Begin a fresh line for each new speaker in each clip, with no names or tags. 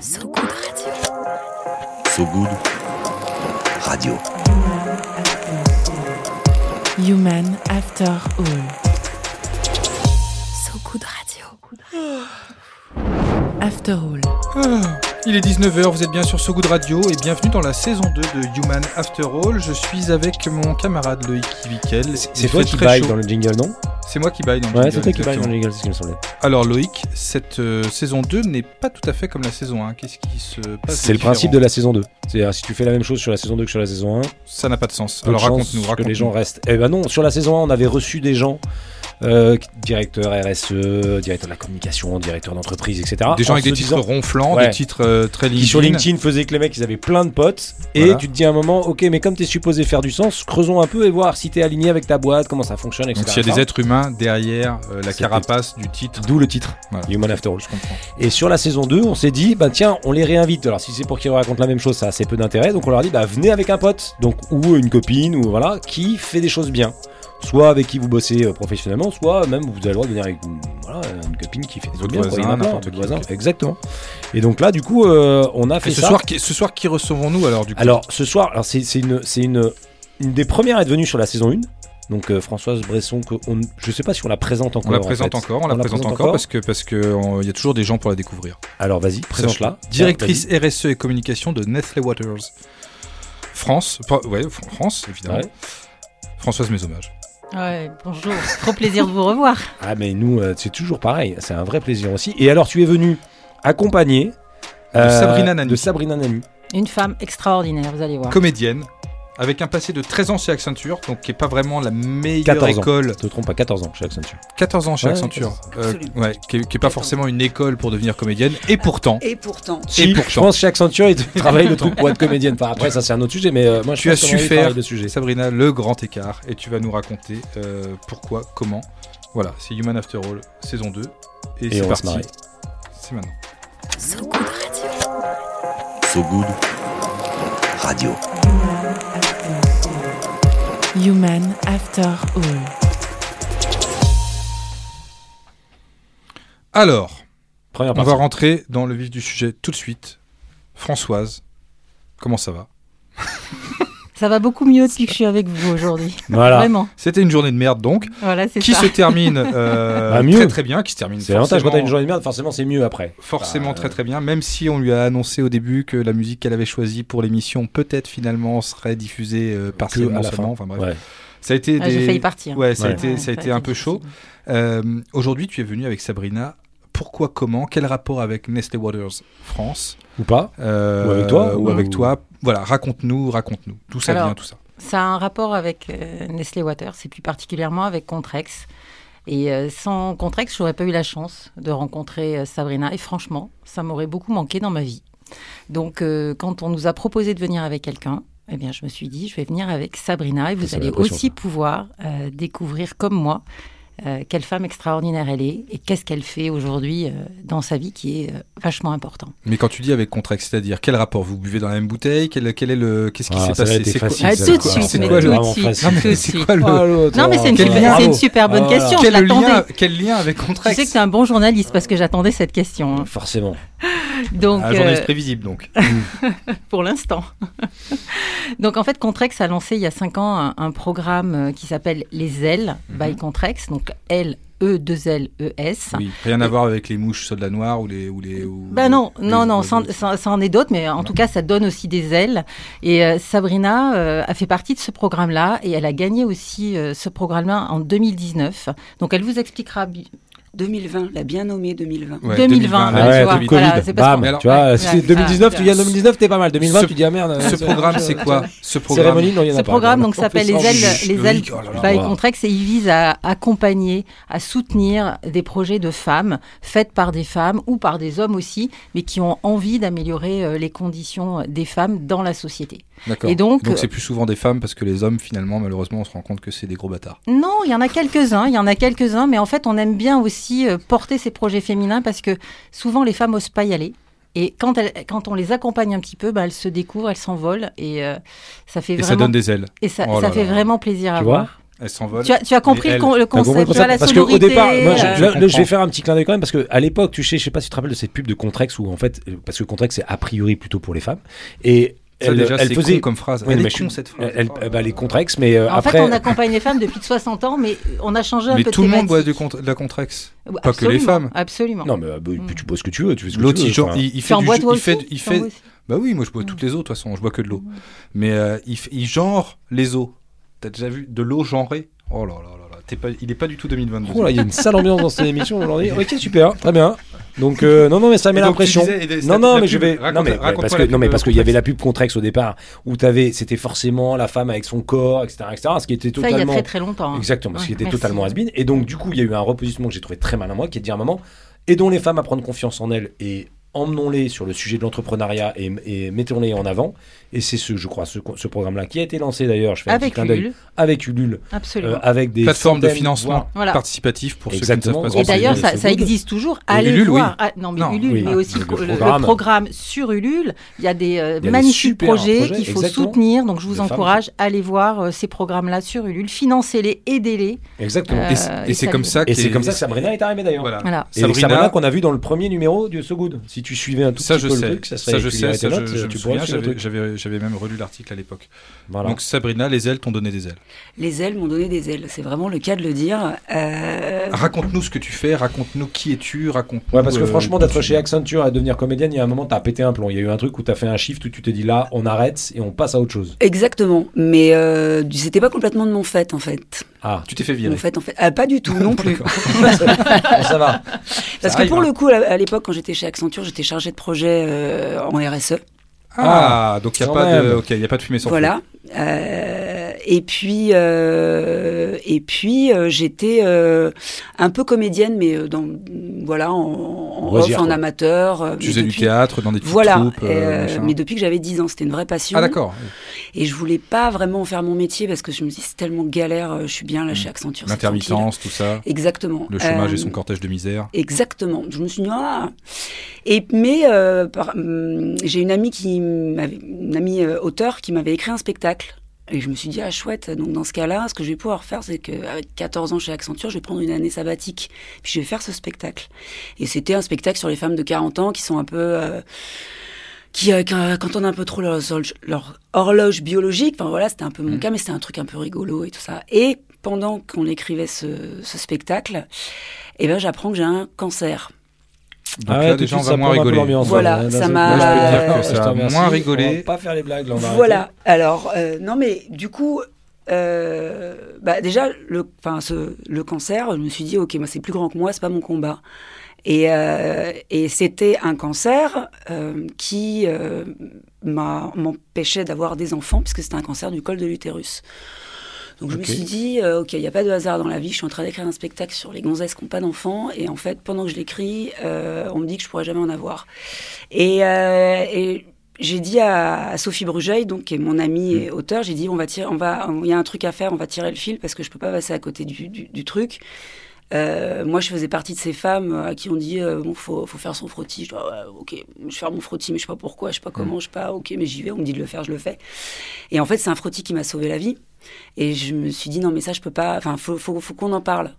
So Good Radio.
So Good Radio.
Human After All.
So Good Radio.
After All.
Ah, Il est 19h, vous êtes bien sur So Good Radio et bienvenue dans la saison 2 de Human After All. Je suis avec mon camarade Loïc Vikel.
C'est toi qui baille dans le jingle, non
C'est moi qui baille dans le
Ouais,
jingle,
c'est toi qui baille
exactement.
dans le jingle, c'est ce qui me semblait.
Alors Loïc, cette euh, saison 2 n'est pas tout à fait comme la saison 1. Qu'est-ce qui se passe
C'est le principe de la saison 2. C'est-à-dire, si tu fais la même chose sur la saison 2 que sur la saison 1,
Ça n'a pas de sens.
peu
Alors
de chances
raconte-nous, raconte
que les gens restent. Eh ben non, sur la saison 1, on avait reçu des gens, euh, directeurs RSE, directeurs E, de la communication, directeurs d'entreprise, etc.
Des gens
en
avec
se
des titres
disant-
ronflants,
Ouais.
des titres euh, très LinkedIn.
qui sur LinkedIn faisaient que les mecs ils avaient plein de potes
Voilà.
et tu te dis à un moment ok mais comme t'es supposé faire du sens creusons un peu et voir si t'es aligné avec ta boîte comment ça fonctionne etc
Donc il y a des êtres humains derrière euh, la
C'était-
carapace du titre.
d'où le titre
Voilà.
Human After All
Je comprends.
Et sur la saison 2, on s'est dit, bah tiens, on les réinvite. Alors si c'est pour qu'ils racontent la même chose, ça a assez peu d'intérêt. Donc on leur dit, bah venez avec un pote, donc ou une copine, ou voilà, qui fait des choses bien. Soit avec qui vous bossez euh, professionnellement, soit même vous avez le droit de venir avec une, voilà, une copine qui fait des choses
Votre
bien. quoi.
voisin,
Il y en a plein,
n'importe
votre
qui,
voisin.
ok.
Exactement. Et donc là, du coup, euh, on a fait
Et ce
ça.
soir, qui- ce soir, qui recevons-nous alors du coup
Alors ce soir, alors c'est c'est une, c'est une, une des premières à être venue sur la saison 1. Donc euh, Françoise Bresson, que on, je sais pas si on la présente encore.
On la
en
présente
fait.
encore, on, la présente, encore, parce que parce que on- il y a toujours des gens pour la découvrir.
Alors vas-y, présente-la.
Sache-le. Directrice RSE et communication de Nestlé Waters. France, pas- ouais, Fr- France évidemment.
Ouais.
Françoise Mésommage.
Ouais, bonjour, trop plaisir de vous revoir.
Ah mais nous, euh, c'est toujours pareil, c'est un vrai plaisir aussi. Et alors tu es venu accompagné euh,
Sabrina Nani.
de Sabrina Nani.
Une femme extraordinaire, vous allez voir.
Comédienne avec un passé de 13 ans chez Accenture, donc qui est pas vraiment la meilleure
14 ans.
école.
Je te trompe pas, 14 ans chez Accenture.
14 ans chez
Ouais,
Accenture. Euh,
absolument.
ouais, qui est, qui est pas forcément une école pour devenir comédienne et pourtant
Et pourtant,
Et pourtant.
Je pense chez Accenture, ils travaillent le truc pour être comédienne. Enfin, après ça c'est un autre sujet, mais euh, moi je
Tu
pense
as
qu'on
su
avait parlé
faire-
de sujet.
Sabrina le grand écart et tu vas nous raconter euh, pourquoi, comment. Voilà, c'est Human After All saison 2 et,
Et
c'est
on va se
parti.
marrer.
C'est maintenant.
So Good Radio.
So Good Radio.
Human After All.
Alors,
Première
On
partie.
va rentrer dans le vif du sujet tout de suite. Françoise, comment ça va
Ça va beaucoup mieux depuis que je suis avec vous aujourd'hui.
Voilà.
Vraiment.
C'était une journée de merde donc,
Voilà, c'est
qui
ça.
se termine euh,
Bah, mieux.
très très bien, qui se termine
C'est l'avantage quand t'as
forcément,
une journée de merde, forcément c'est mieux après.
forcément
Bah,
très très bien, même si on lui a annoncé au début que la musique qu'elle avait choisie pour l'émission peut-être finalement serait diffusée euh,
Que
partiellement
à la
seulement.
fin.
Enfin bref,
Ouais.
ça a été
Ah, J'ai
des-
failli partir.
Ouais, ça a
Ouais.
été, ça a été un peu chaud. Euh, Aujourd'hui, tu es venu avec Sabrina. Pourquoi, comment, quel rapport avec Nestlé Waters France
Ou pas
euh,
Ou avec toi,
ou
ou-
avec toi. Voilà, raconte-nous, raconte-nous. D'où ça
Alors,
vient tout ça
Ça a un rapport avec euh, Nestlé Waters et plus particulièrement avec Contrex. Et euh, sans Contrex, j'aurais pas eu la chance de rencontrer euh, Sabrina. Et franchement, ça m'aurait beaucoup manqué dans ma vie. Donc, euh, quand on nous a proposé de venir avec quelqu'un, eh bien, je me suis dit, je vais venir avec Sabrina et vous
Ça,
allez
la pression,
aussi pouvoir euh, découvrir, comme moi, euh, quelle femme extraordinaire elle est et qu'est-ce qu'elle fait aujourd'hui euh, dans sa vie qui est euh, vachement important.
Mais quand tu dis avec Contrex, c'est-à-dire quel rapport Vous buvez dans la même bouteille Quel, quel est le Qu'est-ce qui
Ah,
s'est
ça a
passé
été
C'est quoi-
facile,
Ah,
ça,
tout de
là.
suite,
C'est
mais
quoi
tout
le-
de suite,
vraiment facile.
tout de
C'est
suite.
quoi le
Ah, l'autre,
Non, mais
alors,
c'est une,
Quel
bravo.
super- c'est une
bravo.
super bonne
Ah,
question.
quel
je
lien
l'attendais.
Quel lien avec
Je
Contrex
sais que tu es un bon journaliste parce que j'attendais cette question. hein.
Ah, Forcément.
Donc,
Un Ah, journaliste
euh,
prévisible donc.
pour l'instant. Donc, en fait, Contrex a lancé il y a cinq ans un, un programme euh, qui s'appelle Les Ailes by Contrex. Donc, L, E, 2 L, E, S.
Oui. Rien à voir avec les mouches soldats noirs ou les ou les. ou-
Ben non,
les-
non, non,
les-
ça, ça- ça en est d'autres, mais en tout cas, ça donne aussi des ailes. Et euh, Sabrina euh, a fait partie de ce programme-là et elle a gagné aussi euh, ce programme-là en 2019. Donc, elle vous expliquera bi-
2020, la bien nommée 2020.
Ouais,
2020,
la
Ah
Ah ouais,
Covid.
tu vois,
Covid.
voilà, c'est parce
Bam.
qu'on-
tu vois,
Ouais,
si
ouais,
c'est
ouais.
2019, tu gagnes 2019, t'es pas mal. 2020,
Ce-
tu dis ah merde.
Ce
euh,
programme, c'est quoi Ce
Ce
programme.
non, il y en a
Ce
pas.
programme donc
On
s'appelle
fait
les
sans-
ailes,
Chut,
les ailes
Loïc, oh là là.
by
Wow.
Contrex et il vise à accompagner, à soutenir des projets de femmes faites par des femmes ou par des hommes aussi, mais qui ont envie d'améliorer euh, les conditions des femmes dans la société.
D'accord.
Et donc-
c'est plus souvent des femmes parce que les hommes finalement malheureusement on se rend compte que c'est des gros bâtards.
Non, il y en a quelques-uns, il y en a quelques-uns, mais en fait on aime bien aussi euh, porter ces projets féminins parce que souvent les femmes n'osent pas y aller. Et quand, elles- quand on les accompagne un petit peu, bah, elles se découvrent, elles s'envolent et euh, ça fait
Et
vraiment
ça donne des ailes.
et ça,
Oh
ça
là
fait
là.
vraiment plaisir à
Tu vois
voir.
Elle s'envole.
Tu as, tu as compris
Mais
le, con- le
T'as compris le
concept, tu as la
Bah, Parce
sonorité.
qu'au départ, moi, je,
euh,
là,
Je
là, je
comprends.
vais faire un petit clin d'œil quand même, parce qu'à l'époque, tu sais, je sais pas si tu te rappelles de cette pub de Contrex où en fait, euh, parce que Contrex c'est a priori plutôt pour les femmes, et
Ça,
elle,
déjà,
elle
c'est
faisait
con comme phrase.
Ouais,
elle
mais
est
je
con,
suis-
cette phrase.
elle, elle- bah, les Contrex, mais euh,
En
après,
fait, on accompagne les femmes depuis de 60 ans, mais on a changé un
mais
peu
tout le monde boit
thématique.
du cont- de la Contrex.
Ouais,
pas que les
absolument,
femmes.
Absolument.
non, mais euh, bah,
Mm.
puis tu bois ce que tu veux, tu fais ce que
L'autre,
tu
il,
veux.
genre,
enfin.
il, il
Tu
fait
en
du
bois
jus-
toi
il fait,
aussi
il
Tu en bois
fait,
aussi
bah oui, moi je bois toutes les eaux, de toute façon, je bois que de l'eau. Mais euh, il, f- il genre les eaux. T'as déjà vu de l'eau genrée Oh là là là là, t'es pas, il est pas du tout 2022.
Oh là, il y a une sale ambiance dans cette émission aujourd'hui. Ok, super, très bien. Donc euh, non, non, mais ça met
Et donc, tu
l'impression.
disais, et de-
Non,
la-
non,
la
mais je
pub,
vais.
raconte-
non, mais ouais,
raconte-moi
parce
la
que,
pub
non, mais parce qu'il y avait
Contrex.
la pub Contrex au départ où t'avais, c'était forcément la femme avec son corps, etc., etc. Ce qui était
Ça, il y a
totalement.
très très longtemps. hein.
Exactement, ce qui
Ouais,
était
merci.
totalement has Et donc, du coup, il y a eu un repositionnement que j'ai trouvé très malin, moi, qui est de dire à un moment aidons les femmes à prendre confiance en elles et emmenons-les sur le sujet de l'entrepreneuriat et, et mettons-les en avant. Et c'est ce, je crois, ce, ce programme-là qui a été lancé d'ailleurs, je fais un petit
Avec
clin d'œil,
Ulule,
avec Ulule, euh,
absolument.
avec des.
Plateforme de
centaines,
financement
voire-
Voilà.
participatif pour
Exactement.
ceux qui ne savent
Et
pas. ce que
d'ailleurs,
c'est.
Ulule,
ça,
c'est
ça
Google.
existe toujours. Allez
Ulule,
voir. Ah, non, mais
Non,
Ulule,
oui.
mais aussi
Le
le, le programme.
programme.
sur Ulule. Il y a des euh,
Il y a des
magnifiques
super
projets,
projets,
qu'il faut
exactement.
soutenir. Donc, je vous
Des femmes qui-
encourage, allez voir euh, ces programmes-là sur Ulule, financez-les, aidez-les.
Exactement.
Et
Euh,
c'est- Et
et
c'est
ça
comme
lui-
ça
et
qu'est-
c'est comme ça que Sabrina est arrivée d'ailleurs.
Voilà.
Voilà.
Et Sabrina,
Sabrina,
qu'on a vu dans le premier numéro de So Good. Si tu suivais un tout
ça
petit
je
peu le
sais,
truc, ça serait
ça je
tu
sais,
lirais
ça
tes
je
notes,
je me
tu
souviens,
pourrais suivre le
j'avais-
truc.
j'avais j'avais même relu l'article à l'époque.
Voilà.
Donc Sabrina, les ailes t'ont donné des ailes.
Les ailes m'ont donné des ailes, c'est vraiment le cas de le dire. Euh,
Raconte-nous ce que tu fais, raconte-nous qui es-tu, raconte-nous.
Ouais, parce que
euh,
franchement,
d'où
d'être
tu
chez Accenture et devenir comédienne, il y a un moment, t'as pété un plomb. Il y a eu un truc où t'as fait un shift où tu t'es dit là, on arrête et on passe à autre chose.
Exactement, mais euh, c'était pas complètement de mon fait en fait.
Ah,
Tu t'es fait
Mon
virer.
fait, en fait, ah, pas du tout non plus.
bon, ça va.
Parce que
arrive,
pour
hein.
le coup, à à l'époque, quand j'étais chez Accenture, j'étais chargée de projet euh, en RSE.
Ah, donc il n'y a,
Quand
pas de-
même.
ok, y a pas de fumée sans
voilà. Euh, et puis, euh, et puis, euh, j'étais euh, un peu comédienne, mais euh, dans voilà, en, en
Loisir,
off, en
quoi.
amateur. euh,
feu. Tu
mais
faisais du
depuis-
théâtre dans des petites
Voilà.
troupes. euh,
euh,
machin.
mais depuis que j'avais 10 ans, c'était une vraie passion.
ah d'accord.
Et je voulais pas vraiment en faire mon métier parce que je me dis c'est tellement galère. euh, Je suis bien là chez Accenture. c'est tranquille.
Mmh. L'intermittence, tout ça,
Exactement.
le chômage
Euh,
et son cortège de misère.
Exactement. Je me suis dit, ah Et, Mais euh, par- hum, j'ai une amie, qui m'avait- une amie euh, auteur qui m'avait écrit un spectacle. Et je me suis dit, ah chouette, donc dans ce cas-là, ce que je vais pouvoir faire, c'est qu'avec 14 ans chez Accenture, je vais prendre une année sabbatique. Puis je vais faire ce spectacle. Et c'était un spectacle sur les femmes de 40 ans qui sont un peu... euh, qui, euh, quand quand on a un peu trop leur, horloge- leur horloge biologique, enfin voilà, c'était un peu mon cas, mais c'était un truc un peu rigolo et tout ça. Et pendant qu'on écrivait ce, ce spectacle, eh ben, j'apprends que j'ai un cancer.
Donc
Ah ouais,
là,
tout de
déjà, on
suite,
va
ça
moins
prend un peu
rigoler.
l'ambiance.
Voilà,
Ouais,
ça
d'un seul
m'a-
coup,
Là, je peux te dire
que ça
je te
a
remercie.
moins
On va
rigolé.
Pas faire les blagues, là, on va arrêter.
Voilà. Alors, euh, non, mais du coup, euh, bah, déjà, le, 'fin, ce- le cancer, je me suis dit, OK, moi, c'est plus grand que moi, c'est pas mon combat. Et, euh, et c'était un cancer euh, qui euh, m'a- m'empêchait d'avoir des enfants, puisque c'était un cancer du col de l'utérus. Donc je
Ok.
me suis dit, euh, ok, il n'y a pas de hasard dans la vie, je suis en train d'écrire un spectacle sur les gonzesses qui n'ont pas d'enfants, et en fait, pendant que je l'écris, euh, on me dit que je pourrais jamais en avoir. Et, euh, et j'ai dit à, à Sophie Brugeuil, donc, qui est mon
Mm.
amie et auteur, j'ai dit, on va tirer, on va, il y a un truc à faire, on va tirer le fil, parce que je peux pas passer à côté du, du- du truc. Euh, moi, je faisais partie de ces femmes à qui on dit euh, bon, faut, faut faire son frottis. Je dis, Ah ouais, ok, je vais faire mon frottis, mais je sais pas pourquoi, je sais pas
Mm.
comment, je sais pas. Ok, mais j'y vais. On me dit de le faire, je le fais. Et en fait, c'est un frottis qui m'a sauvé la vie. Et je me suis dit non, mais ça, je peux pas. Enfin, faut, faut, faut qu'on en parle.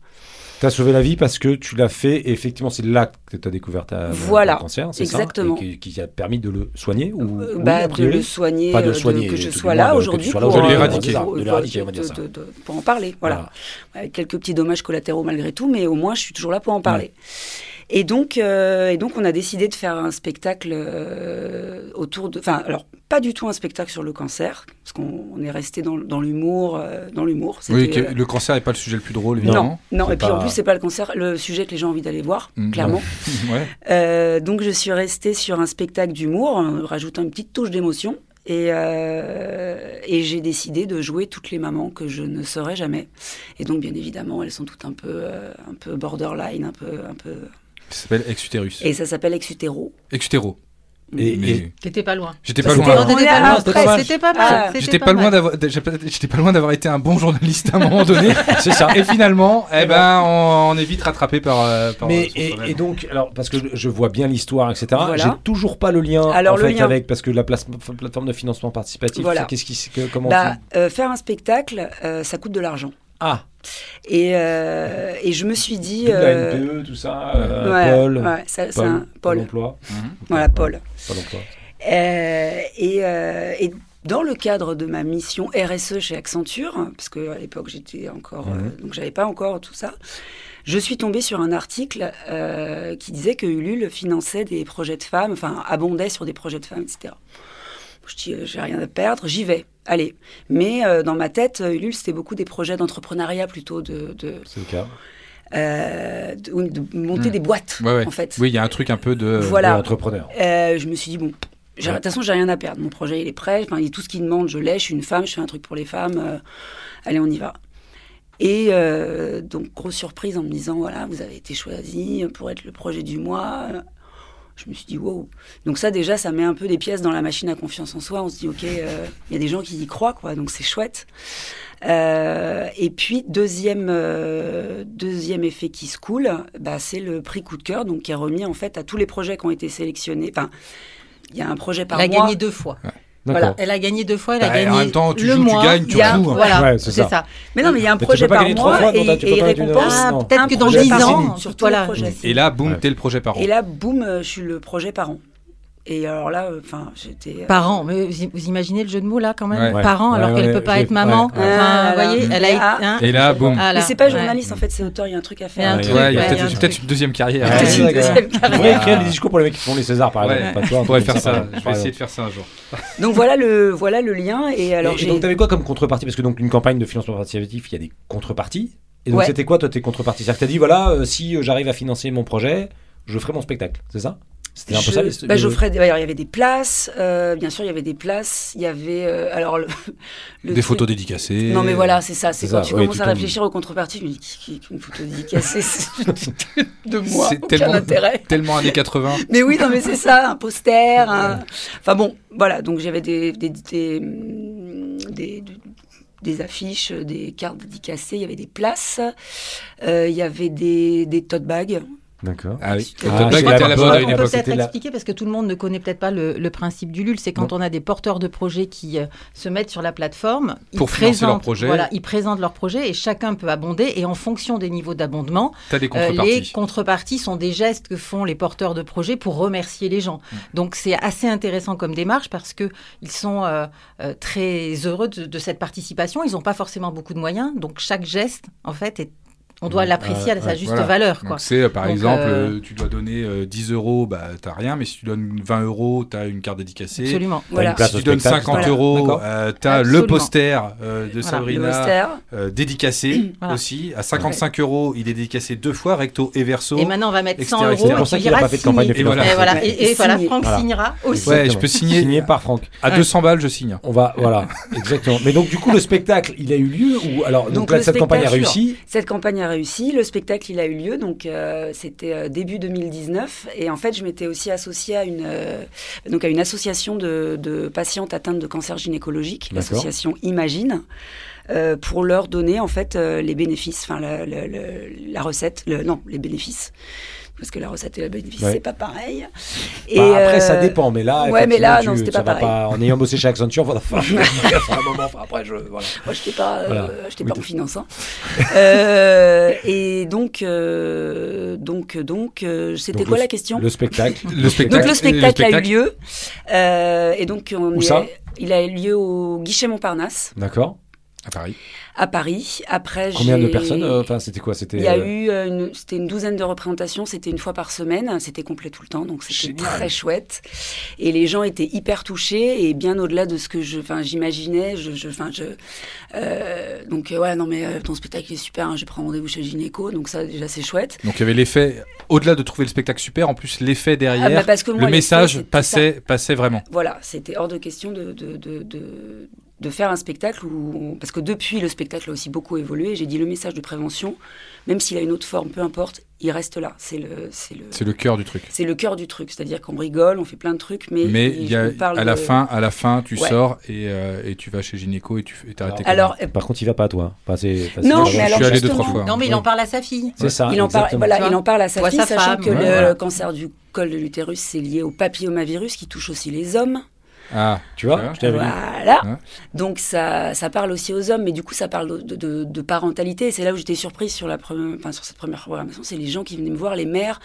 T'as sauvé la vie parce que tu l'as fait. Et effectivement, c'est là que t'as découvert ta,
Voilà,
ton cancer, c'est ça
exactement.
Et qui, qui t'a permis de le soigner ou
Euh,
oui,
bah,
a
de
priori.
le soigner,
Pas de
euh,
le soigner,
que
tout
je
du
sois
moins, de-
là
que
aujourd'hui
tu sois
pour,
là
aujourd'hui. De
euh,
l'éradiquer.
pour-
De l'éradiquer, on va dire ça.
de- de- pour en parler. Voilà. avec Euh, quelques petits dommages collatéraux malgré tout, mais au moins je suis toujours là pour en parler. Et donc, euh, et donc, on a décidé de faire un spectacle euh, autour de, enfin, alors pas du tout un spectacle sur le cancer, parce qu'on on est resté dans, dans l'humour, euh, dans l'humour.
Oui,
C'était,
que-
euh,
le cancer n'est pas le sujet le plus drôle,
non,
évidemment.
non.
C'est
Et puis en
pas-
plus, c'est pas le cancer, le sujet que les gens ont envie d'aller voir,
Mm,
clairement.
ouais.
Euh, donc je suis restée sur un spectacle d'humour, en rajoutant une petite touche d'émotion. Et, euh, et j'ai décidé de jouer toutes les mamans que je ne saurais jamais. Et donc, bien évidemment, elles sont toutes un peu, euh, un peu borderline, un peu, un peu.
Ça s'appelle Exutérus.
Et ça s'appelle Exutero.
Exutéro.
Et-
Mais
et-
T'étais pas loin.
J'étais pas
C'était
loin.
dans
hein.
tes-
T'étais pas
là,
loin.
c'était pas mal.
C'était pas
Ah.
mal. c'était
J'étais pas,
mal.
loin d'avoir, j'ai pas- j'étais pas loin d'avoir été un bon journaliste à un moment donné.
C'est ça.
Et finalement, eh ben, on, on est vite rattrapé par. euh, par
Mais
son
et,
problème.
et donc, alors parce que je- je vois bien l'histoire, etc.
Voilà.
J'ai toujours pas le lien
Alors,
en
le
fait,
lien.
avec parce que la place- f- plateforme de financement participatif.
Voilà.
c'est- Qu'est-ce qui, c'est que- comment
Bah,
tu-
euh, faire un spectacle, euh, ça coûte de l'argent.
Ah,
Et, euh, et je me suis dit.
double
euh,
ANPE, tout ça, euh,
ouais,
Paul,
ouais, ça- c'est
Paul,
un- Paul.
emploi.
Mhm.
Voilà, Paul.
Pôle emploi.
Euh, et, euh, et dans le cadre de ma mission RSE chez Accenture, parce que à l'époque j'étais encore,
Mhm.
euh, donc j'avais pas encore tout ça, je suis tombée sur un article euh, qui disait que Ulule finançait des projets de femmes, enfin abondait sur des projets de femmes, etc. Je dis, euh, j'ai rien à perdre, j'y vais, allez. Mais euh, dans ma tête, euh, Ulule, c'était beaucoup des projets d'entrepreneuriat plutôt, de, de,
C'est le cas.
euh, de- ou de monter
Mhm.
des boîtes,
Ouais, ouais.
en fait.
Oui, il y a un truc un peu de.
Voilà.
Et entrepreneur.
Euh, je me suis dit, bon, j'ai- de
Ouais.
toute façon, j'ai rien à perdre. Mon projet, il est prêt. Enfin, il- tout ce qu'il demande, je l'ai. Je suis une femme, je fais un truc pour les femmes. euh, allez, on y va. Et euh, donc, grosse surprise en me disant, voilà, vous avez été choisi pour être le projet du mois. Je me suis dit, wow. Donc, ça, déjà, ça met un peu des pièces dans la machine à confiance en soi. On se dit, ok, euh, il y a des gens qui y croient, quoi. Donc, c'est chouette. Euh, et puis, deuxième, euh, deuxième effet qui se coule, bah, c'est le prix coup de cœur, donc qui est remis en fait à tous les projets qui ont été sélectionnés. Enfin, il y a un projet par
Elle a
mois.
gagné deux fois.
D'accord.
Elle a gagné deux fois, elle a
Bah, et
gagné.
en même temps, tu
le
joues, tu
mois,
gagnes, tu
il y a-
rejoues, hein.
Voilà,
Ouais, c'est
c'est
ça.
ça.
Mais non, mais il y a un
Mais tu
projet
peux pas
par
gagner trois
mois
fois, non,
et,
t'as- tu peux
et
pas
il
gagner une-
récompense
Ah,
peut-être
un
que dans
projet
10
par
ans,
an sur tous les
voilà.
projets.
Mm. Et là, boum,
Ouais.
t'es le projet par an.
Et là, boum, euh, je suis le projet par an. Et alors là, euh, enfin, j'étais. euh,
Par an, mais vous, vous imaginez le jeu de mots là quand même
Ouais.
Par an,
Ouais,
alors qu'elle
ouais,
peut pas
j'ai-
être maman.
ouais,
ouais.
Enfin,
Ah,
vous voyez,
là.
elle a été.
Ah.
hein,
Et là, boum.
voilà.
mais c'est pas
Ouais.
journaliste en fait, c'est auteur, il y a un truc
Il
à
y a
faire.
un
Ouais,
truc,
Ouais, il y a
ouais,
peut-être
il y a un
peut-être une deuxième carrière.
Ouais,
c'est
d'accord.
deuxième
Tu pourrais écrire les discours pour les mecs qui font les Césars, par
Ouais.
exemple. Pas toi,
On pourrait
comme
faire ça.
par
Je vais essayer
exemple.
de faire ça un jour.
Donc voilà le, voilà le lien. Et alors
Et- et
j'ai.
donc, t'avais quoi comme contrepartie Parce que donc, une campagne de financement participatif, il y a des contreparties. Et donc,
Ouais.
c'était quoi, toi, tes contreparties C'est-à-dire que t'as dit, voilà, euh, si euh, j'arrive à financer mon projet, je ferai mon spectacle, c'est ça C'était un peu
Je-
ça les-
bah,
les-
j'offrais des- alors, il y avait des places, euh, bien sûr, il y avait des places, il y avait. euh, alors, le- le
Des
truc-
photos dédicacées.
Non, mais voilà, c'est ça. C'est
C'est
quand
ça,
tu
ouais,
commences
tu
à
tombes.
réfléchir aux contreparties, je me dis, qui, qui- qui- une photo dédicacée c'est- de moi,
C'est
aucun
tellement-
intérêt.
Tellement années 80.
Mais oui, non, mais c'est ça, un poster. un- Enfin bon, voilà, donc j'avais des, des, des, des- des affiches, des cartes dédicacées, il y avait des places, euh, il y avait des, des tote bags.
D'accord.
Ah oui.
Ah,
Total
c'est
qui
la
était à la
bonne
mode à
époque.
une
On peut
époque.
c'était
peut-être
la-
expliquer parce que tout le monde ne connaît peut-être pas le, le principe du LUL. C'est quand on a des porteurs de projets qui euh, se mettent sur la plateforme,
Pour financer leur projet.
Voilà, ils présentent leur projet et chacun peut abonder. Et en fonction des niveaux d'abondement,
T'as des
euh, les
contreparties.
contreparties sont des gestes que font les porteurs de projets pour remercier les gens.
Mm.
Donc c'est assez intéressant comme démarche parce que ils sont euh, euh, très heureux de, de cette participation. Ils n'ont pas forcément beaucoup de moyens, donc chaque geste, en fait, est- on doit
Ouais,
l'apprécier à
Mm. ouais,
sa
ouais,
juste
voilà.
valeur. Quoi.
Donc c'est euh, par
Donc,
exemple,
euh,
euh, tu dois donner euh, 10 euros, bah t'as rien, mais si tu donnes 20 euros, t'as une carte dédicacée.
Absolument.
T'as
Voilà.
une place
Si tu
de
donnes
spectacle,
50
voilà.
euros,
D'accord.
euh, t'as
Absolument.
le poster euh, de
Voilà.
Le
Sabrina
poster.
euh, dédicacé
Voilà.
aussi. À 55 euros, il est dédicacé deux fois, recto et verso.
Et maintenant, on va mettre 100
extérieur,
euros.
etc.
C'est pour ça
et tu
qu'il n'a
diras
pas fait de campagne de
signer. Et voilà.
financement.
Et voilà, et, et
Ouais,
voilà,
signé.
Franck
Voilà.
signera aussi.
Ouais,
Exactement.
je peux signer.
Signé par Franck.
À 200 balles, je signe. hein,
On va, voilà, exactement. Mais donc, du coup, le spectacle, il a eu lieu ou alors donc,
Donc,
là,
le
cette campagne a
spectacle,
réussi
Cette campagne a réussi, le spectacle il a eu lieu, donc euh, c'était euh, début 2019 et en fait je m'étais aussi associée à une, euh, donc à une association de, de patientes atteintes de cancer gynécologique,
D'accord.
l'association Imagine, euh, pour leur donner en fait euh, les bénéfices, enfin la, la- la- la recette, le, non les bénéfices, parce que la recette et le bénéfice
Ouais.
c'est pas pareil.
Bah, Après,
euh,
ça dépend, mais là,
ouais, mais là,
effectivement,
non,
tu-
c'était
ça
pas
va
pareil.
pas. En ayant bossé chez Accenture, va falloir que je fasse un moment. enfin, Après, je voilà.
Moi, je n'étais pas, euh,
Voilà.
j'étais
Oui,
pas
t'es-
en finance. hein. Euh, et donc, euh, donc, donc, euh, c'était
Donc,
quoi
le-
la question
Le spectacle.
Le spectacle.
Donc le spectacle, a eu
spectacle.
lieu. Euh, et donc, on
Où
est-
ça
il a eu lieu au guichet Montparnasse
D'accord.
À Paris.
à Paris. Après,
Combien de
j'ai-
personnes euh, Enfin, c'était quoi C'était.
Il y a
euh,
eu, euh, une- c'était une douzaine de représentations, c'était une fois par semaine, c'était complet tout le temps, donc c'était
Génial.
très chouette. Et les gens étaient hyper touchés et bien au-delà de ce que je, enfin, j'imaginais. Je, je, enfin, je, euh, donc euh, ouais, non mais euh, ton spectacle est super. hein, je prends rendez-vous chez le gynéco, donc ça déjà c'est chouette.
Donc il y avait l'effet, au-delà de trouver le spectacle super, en plus l'effet derrière,
Ah, bah, parce que moi,
le
l'effet,
message
c'est tout
passait, passait vraiment.
Voilà, c'était hors de question de, de, de, de, de faire un spectacle où, parce que depuis le spectacle a aussi beaucoup évolué. J'ai dit le message de prévention, même s'il a une autre forme, peu importe, il reste là. C'est le, c'est le,
C'est le cœur du truc.
c'est le cœur du truc. C'est-à-dire qu'on rigole, on fait plein de trucs, mais,
Mais
il-
il y a,
on parle
à la
de-
fin, à la fin, tu
Ouais.
sors et, euh, et tu vas chez gynéco et tu fais- et t'arrêtes. tes
Alors, euh,
Par contre, il va pas, toi. Enfin, c'est- enfin,
non,
c'est-
je
mais alors
suis allé deux,
justement,
trois fois. hein.
Non, mais il en parle à sa fille.
C'est ça.
euh, il en, parle,
exactement.
voilà,
Tu
il
vois
en parle à sa
Toi,
fille,
sa
sachant
femme.
que
Ouais,
le
voilà.
cancer du col de l'utérus, c'est lié au papillomavirus qui touche aussi les hommes.
gamins. Ah,
Tu vois,
Ouais.
je t'avais dit.
Voilà.
Ouais.
Donc ça, ça parle aussi aux hommes, mais du coup ça parle de, de- de parentalité. Et c'est là où j'étais surprise sur, la première, enfin, sur cette première programmation, c'est les gens qui venaient me voir, les mères.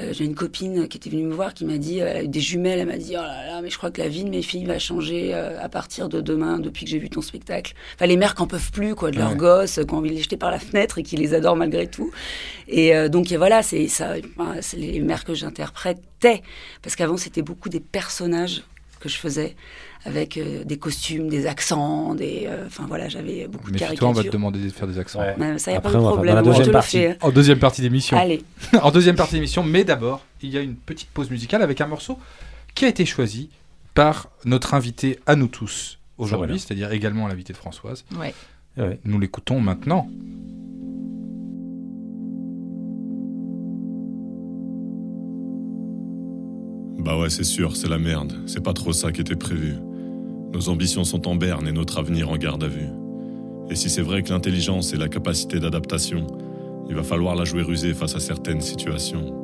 Euh, J'ai une copine qui était venue me voir qui m'a dit, euh, elle a eu des jumelles, elle m'a dit, oh là là, mais je crois que la vie de mes filles va changer euh, à partir de demain, depuis que j'ai vu ton spectacle. Enfin, les mères qui n'en peuvent plus, quoi, de leurs
Ouais.
gosses, euh, qui ont envie de les jeter par la fenêtre et qui les adorent malgré tout. Et euh, donc et voilà, c'est ça, enfin, c'est les mères que j'interprétais, parce qu'avant c'était beaucoup des personnages que je faisais avec euh, des costumes, des accents, des. euh, Enfin voilà, j'avais beaucoup de
méfie-toi, on va te
caricatures.
demander de faire des accents.
Ouais.
Mais ça y a
Après,
pas
on
de
va faire
problème.
dans la
moi,
deuxième
je te le
partie.
fais.
En deuxième partie d'émission.
Allez,
En deuxième partie d'émission, mais d'abord, il y a une petite pause musicale avec un morceau qui a été choisi par notre invité à nous tous aujourd'hui,
Voilà.
c'est-à-dire également l'invité de Françoise.
Ouais.
Ouais.
Nous l'écoutons maintenant.
Bah ouais, c'est sûr, c'est la merde. C'est pas trop ça qui était prévu. Nos ambitions sont en berne et notre avenir en garde à vue. Et si c'est vrai que l'intelligence est la capacité d'adaptation, il va falloir la jouer rusée face à certaines situations.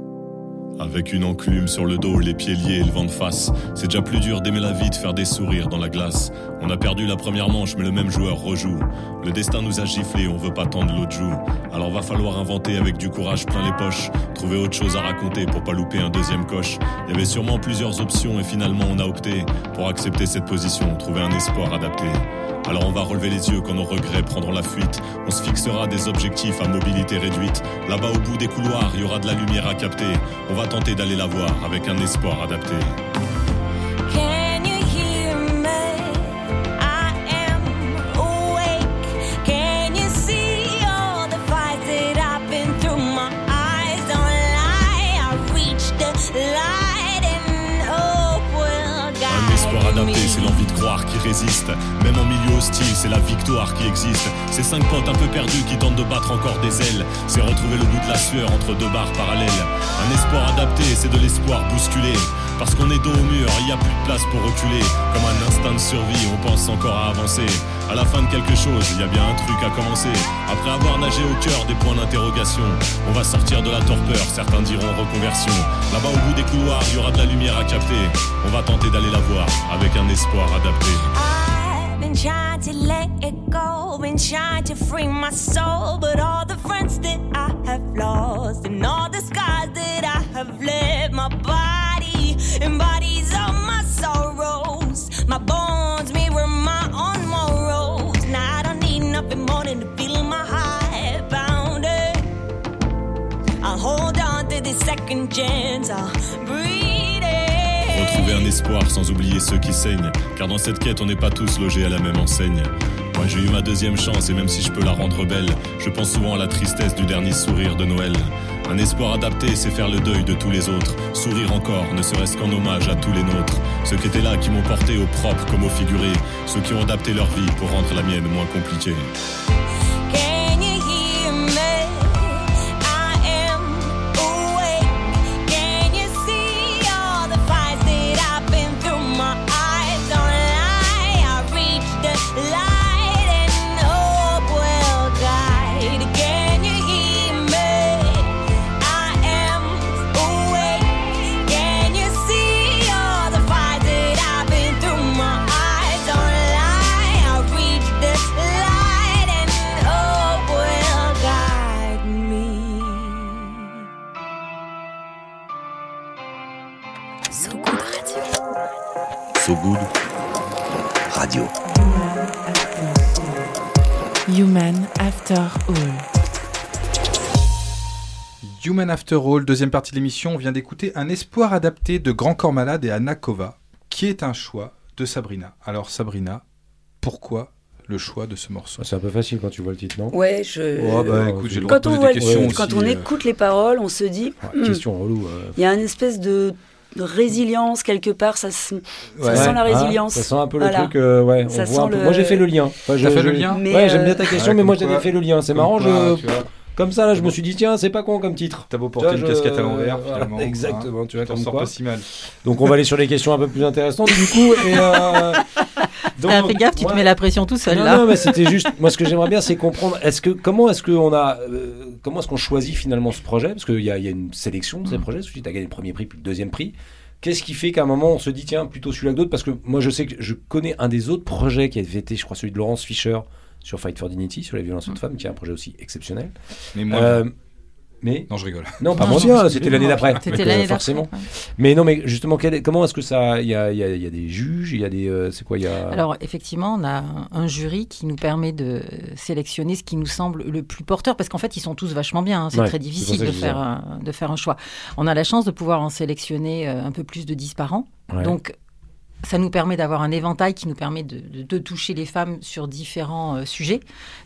Avec une enclume sur le dos, les pieds liés et le vent de face, c'est déjà plus dur d'aimer la vie, de faire des sourires dans la glace. On a perdu la première manche, mais le même joueur rejoue. Le destin nous a giflé, on veut pas tendre l'autre joue. Alors va falloir inventer avec du courage plein les poches, trouver autre chose à raconter pour pas louper un deuxième coche. Il y avait sûrement plusieurs options et finalement on a opté pour accepter cette position, trouver un espoir adapté. Alors on va relever les yeux quand nos regrets prendront la fuite. On se fixera des objectifs à mobilité réduite. Là-bas au bout des couloirs, il y aura de la lumière à capter. On va tenter d'aller la voir avec un espoir adapté.
Can you hear me? I am awake. Can you see all the fights that I've been through? My eyes don't lie. I reached the light and hope will
Un espoir
guide
adapté,
me.
c'est l'envie de croire qui résiste. Même en milieu hostile, c'est la victoire qui existe. Ces cinq potes un peu perdus qui tentent de battre encore des ailes. C'est retrouver le bout de la sueur entre deux barres parallèles. Un espoir adapté, c'est de l'espoir bousculé. Parce qu'on est dos au mur, il n'y a plus de place pour reculer. Comme un instinct de survie, on pense encore à avancer. À la fin de quelque chose, il y a bien un truc à commencer. Après avoir nagé au cœur des points d'interrogation, on va sortir de la torpeur, certains diront reconversion. Là-bas au bout des couloirs, il y aura de la lumière à capter. On va tenter d'aller la voir avec un espoir adapté.
I've been trying to let it go, been trying to free my soul. But all the friends that I have lost, and all the scars that I have left, my body embodies all my sorrows. My bones mirror my own morals. Now I don't need nothing more than to feel my heart bounded. I'll hold on to this second chance, I'll breathe it.
Retrouver un espoir sans oublier ceux qui saignent, car dans cette quête on n'est pas tous logés à la même enseigne. Moi j'ai eu ma deuxième chance et même si je peux la rendre belle, je pense souvent à la tristesse du dernier sourire de Noël. Un espoir adapté, c'est faire le deuil de tous les autres, sourire encore, ne serait-ce qu'en hommage à tous les nôtres, ceux qui étaient là, qui m'ont porté au propre comme au figuré, ceux qui ont adapté leur vie pour rendre la mienne moins compliquée.
Can you hear me? I am awake. Can you see all the fights that I've been through? My eyes don't lie. I reach the light and hope will guide. Can you hear me? I am awake. Can you see all the fights that I've been through? My eyes don't lie. I reach the light and hope will guide me.
So Good Radio.
So Good Radio.
Human After All.
Human After All, deuxième partie de l'émission, on vient d'écouter Un espoir adapté de Grand Corps Malade et Anna Kova, qui est un choix de Sabrina. Alors Sabrina, pourquoi le choix de ce morceau
Bah, C'est un peu facile quand tu vois le titre, non
ouais, je.
Oh, bah,
écoute, j'ai le droit
quand
de
on,
poser
voit
des
le
questions
titre, quand
aussi,
on
euh.
écoute les paroles, on se dit,
Ouais,
hmm,
Question relou. euh.
il y a une espèce de de résilience quelque part. Ça se-
Ouais.
sent la
Ah,
résilience.
ça sent un peu le
Voilà.
truc. euh, ouais, on voit
Ça
un
sent
peu.
le-
Moi j'ai fait le lien. Enfin, je-
T'as fait
je-
le lien
Mais,
Ouais, j'aime bien ta
euh,
question,
Ouais,
mais moi
comme
j'avais
quoi-
fait le lien. C'est
Comme
marrant.
quoi,
je...
tu vois,
Comme ça, là, je me suis dit, tiens, c'est pas con comme titre.
T'as beau
Tu vois,
porter une
je-
casquette à l'envers,
voilà,
finalement. hein,
exactement, tu vois,
t'en
comme
sors
quoi.
pas si mal.
Donc on va aller sur les questions un peu plus intéressantes du coup. Et euh, donc,
Ah, fais gaffe, tu te
moi-
mets la pression tout seul
Non,
là.
non, mais c'était juste. Moi, ce que j'aimerais bien, c'est comprendre. Est-ce que comment est-ce qu'on a euh,
Mm.
comment est-ce qu'on choisit finalement ce projet Parce qu'il y a, il y a une sélection de ces projets. Tu as gagné le premier prix puis le deuxième prix. Qu'est-ce qui fait qu'à un moment on se dit tiens plutôt celui-là que d'autres parce que moi je sais que je connais un des autres projets qui avait été je crois celui de Laurence Fischer sur Fight for Dignity sur les violences
Mm.
faites aux femmes qui est un projet aussi exceptionnel.
Mais moi, Ah,
Euh, mais
non, je rigole.
non pas
Non,
moins
non,
bien
c'était
c'était l'année d'après. Donc,
C'était
euh,
l'année d'après.
forcément.
ouais.
Mais non mais justement quel- comment est-ce que ça il y a, il y a- il y a des juges il y a des euh, c'est quoi il y a
Alors effectivement, on a un- un jury qui nous permet de sélectionner ce qui nous semble le plus porteur, parce qu'en fait, ils sont tous vachement bien. hein. C'est
Ouais, c'est
très
pour
difficile
ça que
de
je
faire, un, de faire un choix. On a la chance de pouvoir en sélectionner euh, un peu plus de 10 par an.
Ouais.
Donc, ça nous permet d'avoir un éventail qui nous permet de, de- de toucher les femmes sur différents euh, sujets.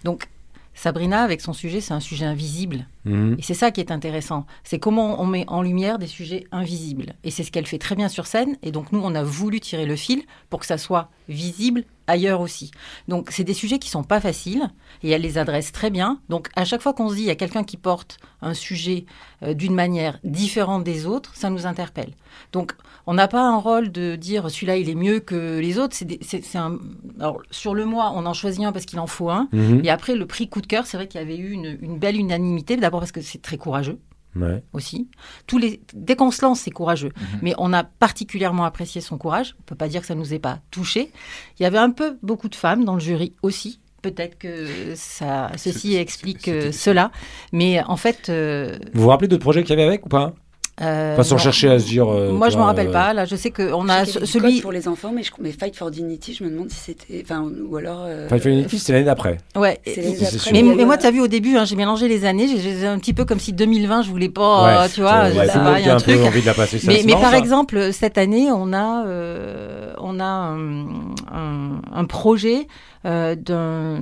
Donc, Sabrina, avec son sujet, c'est un sujet invisible.
Mhm.
Et c'est ça qui est intéressant. C'est comment on met en lumière des sujets invisibles. Et c'est ce qu'elle fait très bien sur scène. Et donc, nous, on a voulu tirer le fil pour que ça soit visible ailleurs aussi. Donc, c'est des sujets qui sont pas faciles. Et elle les adresse très bien. Donc, à chaque fois qu'on se dit, il y a quelqu'un qui porte un sujet euh, d'une manière différente des autres, ça nous interpelle. Donc, on n'a pas un rôle de dire celui-là, il est mieux que les autres. C'est des- c'est- c'est un... Alors, sur le mois, on en choisit un parce qu'il en faut un.
Mhm.
Et après, le prix coup de cœur, c'est vrai qu'il y avait eu une, une belle unanimité, d'abord parce que c'est très courageux
Ouais.
aussi. Tous les, dès qu'on se lance, c'est courageux.
Mhm.
Mais on a particulièrement apprécié son courage. On peut pas dire que ça nous ait pas touché. Il y avait un peu beaucoup de femmes dans le jury aussi. Peut-être que ça,
C'est-
ceci
c'est-
explique
c'était-
euh, cela. Mais en fait... euh,
Vous vous rappelez d'autres projets qu'il y avait avec ou pas
euh,
Pas sans
non.
chercher à se dire, euh,
Moi, je
toi,
m'en rappelle
euh,
pas. Là, je sais qu'on a
Je sais qu'il y
ce-
avait du code
celui...
pour les enfants, mais, je- mais Fight for Dignity, je me demande si c'était. Enfin, ou alors. euh,
Fight for Unity c'était l'année d'après.
Ouais.
c'est
Et-
les
C'est
après,
sûr.
Mais,
il y a
mais
eu
moi,
un-
tu as vu au début, hein, j'ai mélangé les années. J'ai- J'ai un petit peu comme si 2020, je voulais pas, euh, tu vois, je
il y a
sais
tout le
pas,
monde
il
qui
y a un
peu
truc.
envie de la passer. ça,
Mais,
c'est
mais
marrant,
par
ça.
exemple, cette année, on a, euh, on a un, un- un projet euh, d'un.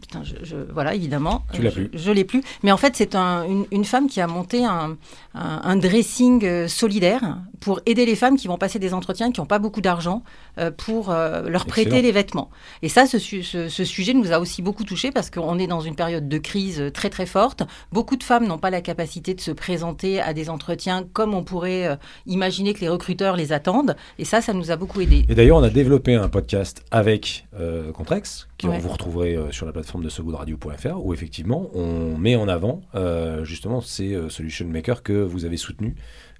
Putain, je, je- voilà, évidemment.
Tu l'as
je,
plus.
Je l'ai plus. Mais en fait, c'est un- une, une femme qui a monté un, un- un dressing euh, solidaire pour aider les femmes qui vont passer des entretiens, qui n'ont pas beaucoup d'argent, euh, pour euh, leur prêter
Excellent.
les vêtements. Et ça, ce, su- ce- ce sujet nous a aussi beaucoup touchés parce qu'on est dans une période de crise très très forte. Beaucoup de femmes n'ont pas la capacité de se présenter à des entretiens comme on pourrait euh, imaginer que les recruteurs les attendent. Et ça, ça nous a beaucoup aidé.
Et d'ailleurs, on a développé un podcast avec euh, Contrex, qui
Ouais.
vous retrouverez euh, sur la plateforme de segoodradio.fr, où effectivement, on met en avant euh, justement ces euh, solution makers que vous avez soutenus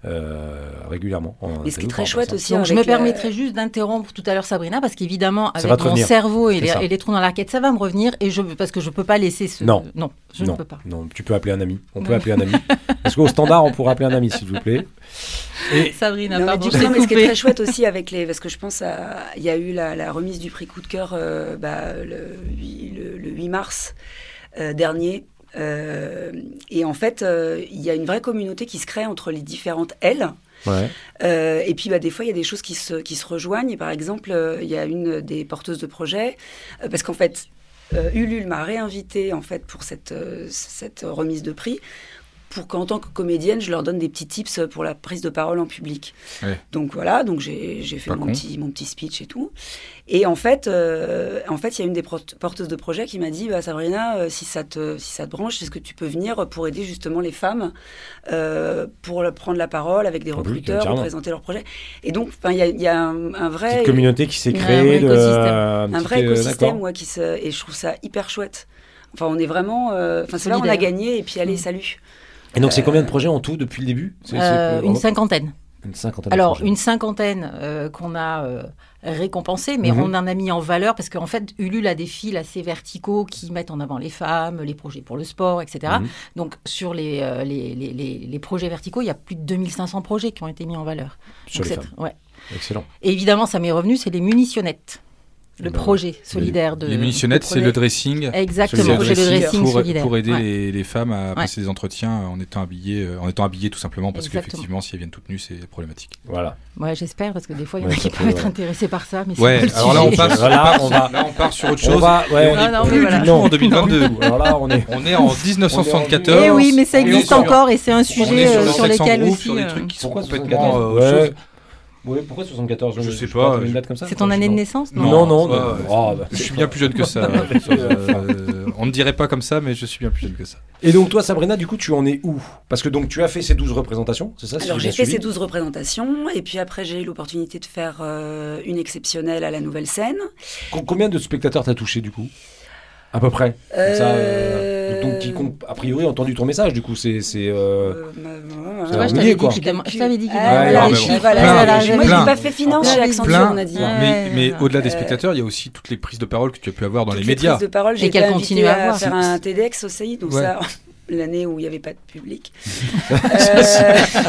euh, régulièrement. En
Mais ce
interview
qui est très
par
chouette
rapport à
aussi.
Donc, je
avec
me
la-
permettrai juste d'interrompre tout à l'heure Sabrina parce qu'évidemment
Ça
avec
va
mon
te revenir.
cerveau et
C'est
les,
ça.
et les trous dans la raquette ça va me revenir et je parce que je peux pas laisser ce
Non.
je
non,
ne peux pas
Non, tu peux appeler un ami. On peut
Non.
appeler un ami. Est-ce qu'au standard, on pourrait appeler un ami, s'il vous plaît
Sabrina
Non, mais
pardon
du
je
coup,
t'ai
non, mais ce qui est
coupé
très chouette aussi avec les, parce que je pense à, il y a eu la, la remise du prix coup de cœur euh, bah, le, huit- le- le 8 mars euh, dernier. Euh, et en fait, euh, il y a une vraie communauté qui se crée entre les différentes ailes.
Ouais.
Euh, et puis, bah, des fois, il y a des choses qui se, qui se rejoignent. Et par exemple, euh, il y a une des porteuses de projet, euh, parce qu'en fait, euh, Ulule m'a réinvitée en fait, pour cette, euh, cette remise de prix pour qu'en tant que comédienne, je leur donne des petits tips pour la prise de parole en public.
Ouais.
Donc voilà, donc j'ai j'ai fait
Pas
mon
con.
petit, mon petit speech et tout. Et en fait, euh, en fait, il y a une des pro- porteuses de projet qui m'a dit, bah, Sabrina, euh, si ça te, si ça te branche, est-ce que tu peux venir pour aider justement les femmes euh, pour leur prendre la parole avec des
Ah oui,
recruteurs,
carrément.
pour présenter leur projet. Et donc, 'fin, il y a, il y a un, un vrai,
Petite communauté qui s'est
Ouais, un
créée.
vrai
de-
écosystème.
un
un
petit-
vrai
euh,
écosystème,
d'accord.
ouais, qui se, et je trouve ça hyper chouette. Enfin, on est vraiment, euh, enfin, c'est là où on a
Solidaire.
gagné. Et puis, allez,
Mm.
salut.
Et donc, c'est combien de projets en tout depuis le début C'est- c'est-
Euh, une cinquantaine
une cinquantaine de
Alors,
projets.
une cinquantaine euh, qu'on a euh, récompensée, mais
Mhm.
on en a mis en valeur parce qu'en fait, Ulule a des fils assez verticaux qui mettent en avant les femmes, les projets pour le sport, etc.
Mhm.
Donc, sur les, euh, les, les- les- les projets verticaux, il y a plus de 2500 projets qui ont été mis en valeur.
Sur
Donc,
les
c'est-
femmes.
ouais.
Excellent.
Et évidemment, ça m'est revenu, c'est les munitionnettes, le
Eh ben,
projet solidaire de.
les munitionnettes,
de
c'est
projet-
le dressing.
Euh, Exactement,
C'est
le
le
projet de
dressing
dressing
pour,
solidaire.
pour aider
Ouais.
les, les femmes à
Ouais.
passer des entretiens en étant habillées, euh, en étant habillées tout simplement parce
Exactement.
qu'effectivement, si elles viennent toutes nues, c'est problématique.
Voilà.
Ouais, j'espère, parce que des fois, il y en
Ouais,
a
ça
qui peuvent
peut-
être intéressés par ça, mais c'est
Ouais,
pas le
alors là, on
sujet.
passe,
Voilà,
on part
on
sur-
va-
là, on part sur autre
On
chose.
va, ouais,
on
on
Ah
est
non,
plus
mais
du
voilà.
tout
en 2022.
Ouh, Alors là, on est.
On est en 1974.
Eh oui, mais ça
On est
existe
sur-
encore et c'est un
on est
sujet
sur,
euh,
le
sur
sexe en
lequel
groupe,
aussi.
Sur des
euh,
trucs qui sont
Pourquoi
complètement
74
euh,
Ouais.
autre chose.
Ouais, pourquoi 74
Je sais pas,
trouver
je-
une date comme ça.
C'est ton
Moi,
année
je-
de naissance, non
Non, non, non.
Ouais, ouais.
Oh, bah,
Je
c'est
suis
pas-
bien plus jeune que ça. Euh, on ne dirait pas comme ça, mais je suis bien plus jeune que ça.
Et donc, toi, Sabrina, du coup, tu en es où Parce que donc, tu as fait ces 12 représentations, c'est ça si
Alors
bien
j'ai fait
suivi
ces 12 représentations et puis après j'ai eu l'opportunité de faire euh, une exceptionnelle à la nouvelle scène.
Com- Combien de spectateurs t'as touché, du coup à peu près. Comme ça, euh,
Euh,
Donc quiconque, a priori, a entendu ton message, du coup, c'est... c'est, euh,
Euh, bah,
Tu
Tu
vois,
vois,
je
Ah, je
t'avais oublié,
t'avais
dit quoi. que
dit
je
calcul.
je t'avais dit
Ah,
qu'il
Ouais,
voilà,
non,
les
mais
chiffres,
bon.
voilà,
Ah,
Plein,
voilà, j'ai- Moi, j'ai
plein.
pas fait finance chez
Plein.
Accenture, on a dit.
Ouais.
Mais, mais au-delà des
Euh,
spectateurs, il y a aussi toutes les prises de parole que tu as pu avoir dans
Toutes
les médias.
prises de parole, j'ai
Et
été
qu'elle
invitée
continue à
à,
avoir.
faire un TEDx au CI, donc
Ouais.
ça, l'année où il n'y avait pas de public.
c'est-
Euh,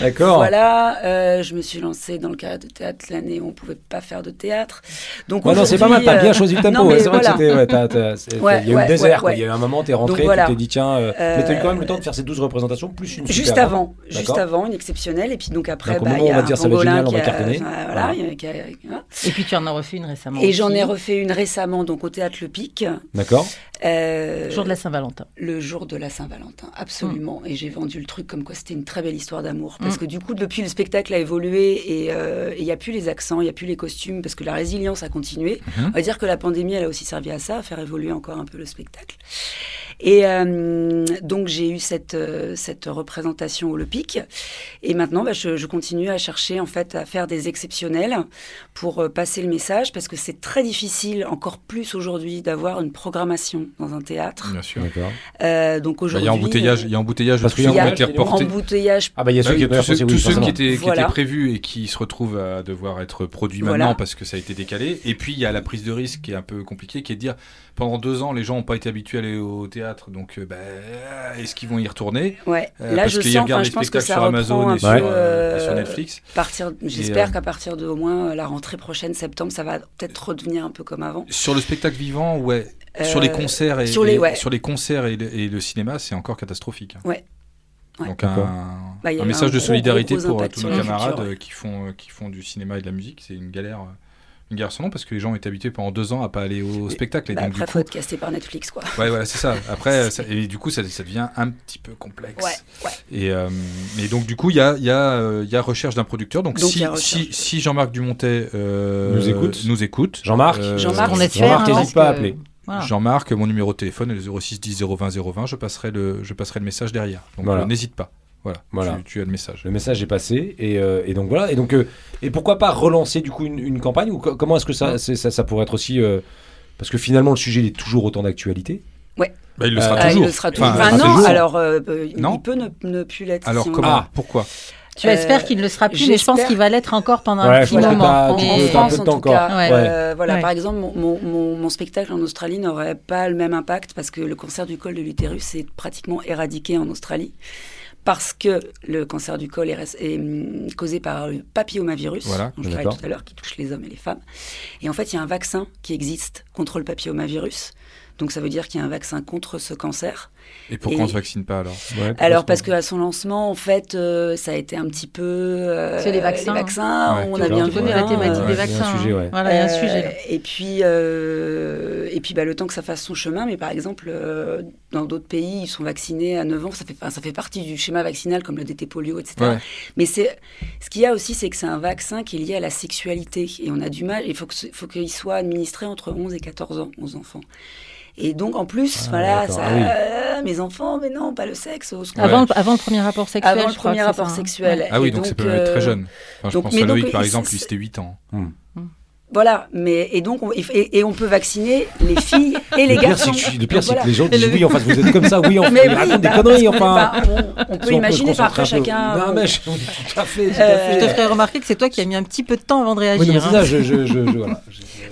D'accord.
Voilà, euh, je me suis lancée dans le cadre de théâtre l'année où on pouvait pas faire de théâtre. Donc
Ouais, Bah non, c'est pas mal,
aujourd'hui,
t'as bien
euh,
choisi le tempo.
non,
ouais,
mais
c'est vrai
voilà.
que c'était. ouais, t'as- t'as- c'est- Il
Ouais,
y a eu
ouais,
le désert,
ouais,
quoi.
ouais.
Il y a eu un moment, t'es rentré,
Donc, voilà.
tu t'es dit, tiens. euh,
Euh,
Mais t'as eu quand même le temps de faire ces 12 représentations, plus une
Juste
super, hein.
avant, juste
D'accord.
avant, une exceptionnelle. Et puis donc après,
Donc, au
bah,
moment
il y
où on
a
va
un
dire, ça va être
pangolin
génial, on
qui
va
a-
cartonner.
enfin,
Voilà.
voilà, il y a- qui a- voilà.
Et puis tu en as refait une récemment.
Et j'en ai
aussi,
refait une récemment, donc au théâtre Le Pic.
D'accord.
euh,
le Jour de la Saint-Valentin.
le jour de la Saint-Valentin, absolument. Et j'ai vendu le truc comme quoi c'était une très belle histoire d'amour. Parce
Mm.
que du coup, depuis, le spectacle a évolué et euh, et il n'y a plus les accents, il n'y a plus les costumes, parce que la résilience a continué. On va dire que la pandémie, elle a aussi servi à ça, à faire évoluer encore un peu le spectacle. Et euh, donc, j'ai eu cette, euh, cette représentation au Le Pic. Et maintenant, bah, je, je continue à chercher, en fait, à faire des exceptionnels pour euh, passer le message, parce que c'est très difficile, encore plus aujourd'hui, d'avoir une programmation dans un théâtre.
Bien sûr.
D'accord.
Euh, donc
Bah, Il y
aujourd'hui,
a embouteillage, il y a embouteillage de
Parce
tout
qu'il
ce
y
qui
a
a été
embouteillage,
reporté.
embouteillage.
Ah, bah, il y a
Bah
ceux
oui,
qui
tous
ont
ceux, tous ceux qui, étaient, qui
Voilà.
étaient prévus et qui se retrouvent à devoir être produits
Voilà.
maintenant parce que ça a été décalé. Et puis il y a la prise de risque qui est un peu compliquée, qui est de dire pendant deux ans les gens n'ont pas été habitués à aller au théâtre, donc euh, bah, est-ce qu'ils vont y retourner
Ouais.
Euh,
Là,
Parce
je
qu'ils
sens,
regardent
enfin,
les
je pense que
spectacles
ça
sur
reprend
Amazon
un
et
peu.
sur, euh, et sur
euh,
Netflix.
partir-
euh,
J'espère qu'à partir de au moins euh, la rentrée prochaine, septembre, ça va peut-être redevenir un peu comme avant.
Sur le spectacle vivant, ouais. sur
Euh,
les concerts et
sur les-
et-
ouais.
sur les concerts et le, et le cinéma, c'est encore catastrophique. hein.
Ouais. Ouais.
Donc
D'accord.
un,
Bah, il y
un
a
message
un
de
gros,
solidarité
gros, gros
pour euh,
impact
tous
sur
nos
la culture,
camarades
ouais.
euh, qui font euh, qui font du cinéma et de la musique. C'est une galère, euh, une galère sans nom parce que les gens étaient habitués pendant deux ans à pas aller au spectacle et
Bah,
donc du
après,
coup,
faut être casté par Netflix, quoi.
ouais voilà c'est ça. Après euh, ça- et du coup ça, ça devient un petit peu complexe.
Ouais, ouais.
Et euh, et donc du coup il y a il y a euh, il y a recherche d'un producteur. Donc,
Donc, il
si,
y a recherche.
si si Jean-Marc Dumontet euh,
Nous écoute.
nous écoute
Jean-Marc
euh,
Jean-Marc,
On
on
est
est
fiers. hein.
Jean-Marc, n'hésite pas à appeler.
Euh,
Voilà.
Jean-Marc, mon numéro de téléphone est le 06 10 020 020. Je passerai le, je passerai le message derrière. Donc
Voilà.
euh, n'hésite pas. Voilà.
Voilà.
Tu, tu as le message.
Le message est passé, et, euh, et donc voilà. Et, donc, euh, et pourquoi pas relancer du coup une, une campagne Ou co- comment est-ce que ça, c'est- ça, ça pourrait être aussi. euh, parce que finalement, le sujet il est toujours autant d'actualité.
Bah, il le
Euh,
sera
Ah,
Ah, il
toujours.
le sera toujours.
Enfin,
Enfin,
il le sera
non,
toujours.
alors euh, euh, il-
Non.
il peut ne, ne plus l'être.
Alors
si on-
comment
Ah.
Pourquoi
Tu espères qu'il ne le sera plus, mais je pense
j'espère-
qu'il va l'être encore pendant
Ouais,
un
je
petit
pense que
moment.
t'as-
En,
tu
en
peux-
Mais-
t'as un peu
France,
de
en
temps
tout cas,
encore.
euh, voilà.
Ouais.
Par exemple, mon, mon- mon- mon spectacle en Australie n'aurait pas le même impact parce que le cancer du col de l'utérus est pratiquement éradiqué en Australie parce que le cancer du col est, res- est, hum, causé par le papillomavirus,
Voilà,
dont je parlais
d'accord.
tout à l'heure, qui touche les hommes et les femmes. Et en fait, il y a un vaccin qui existe contre le papillomavirus. Donc ça veut dire qu'il y a un vaccin contre ce cancer.
Et pourquoi
Et-
on se vaccine pas alors
Alors parce que à son lancement, en fait, euh, ça a été un petit peu. euh,
C'est les vaccins,
hein. Ouais,
on
c'est
a
un
bien
petit
vu
peu
la
hein,
thématique
ouais,
des
il y a euh, un
vaccins.
sujet,
hein.
ouais.
Voilà, il y a un
euh,
sujet là.
Et puis, euh, et puis bah, le temps que ça fasse son chemin, mais par exemple, euh, dans d'autres pays, ils sont vaccinés à 9 ans, ça fait, enfin, ça fait partie du schéma vaccinal comme le DT polio, etc.
Ouais.
Mais c'est, ce qu'il y a aussi, c'est que c'est un vaccin qui est lié à la sexualité. Et on a du mal, il faut, que, ce- faut qu'il soit administré entre 11 et 14 ans aux enfants. Et donc, en plus,
Ah,
voilà,
d'accord.
ça,
Ah oui.
euh, mes enfants, mais non, pas le sexe, au secours.
Avant, le- avant le premier rapport sexuel.
Avant le
je crois
premier
que c'est
rapport
ça, hein.
sexuel.
Ouais.
Ah oui,
Et
donc, ça
donc,
peut être très
euh,
jeune. Enfin, je
donc-
pense
mais
à
donc,
Loïc par
il-
exemple, lui
c'est-
c'était 8 ans.
Voilà, mais et donc on, et, et on peut vacciner les filles et les
le pire,
garçons.
c'est que, le pire, c'est
Voilà.
que les gens
Et
disent
le-
oui, enfin, vous êtes comme ça, oui, enfin,
Mais
ils
oui,
racontent des
bah,
conneries,
parce que,
enfin.
bah, on, on peut
Si on
imaginer
se
par après
concentrer un
chacun.
peu. Non,
euh,
mais je- tout à fait, tout à
Euh,
Je te
fait.
ferai remarquer que c'est toi qui as mis un petit peu de temps avant de
Oui, non, mais
réagir.
c'est
hein.
ça, je- je- je- je- voilà.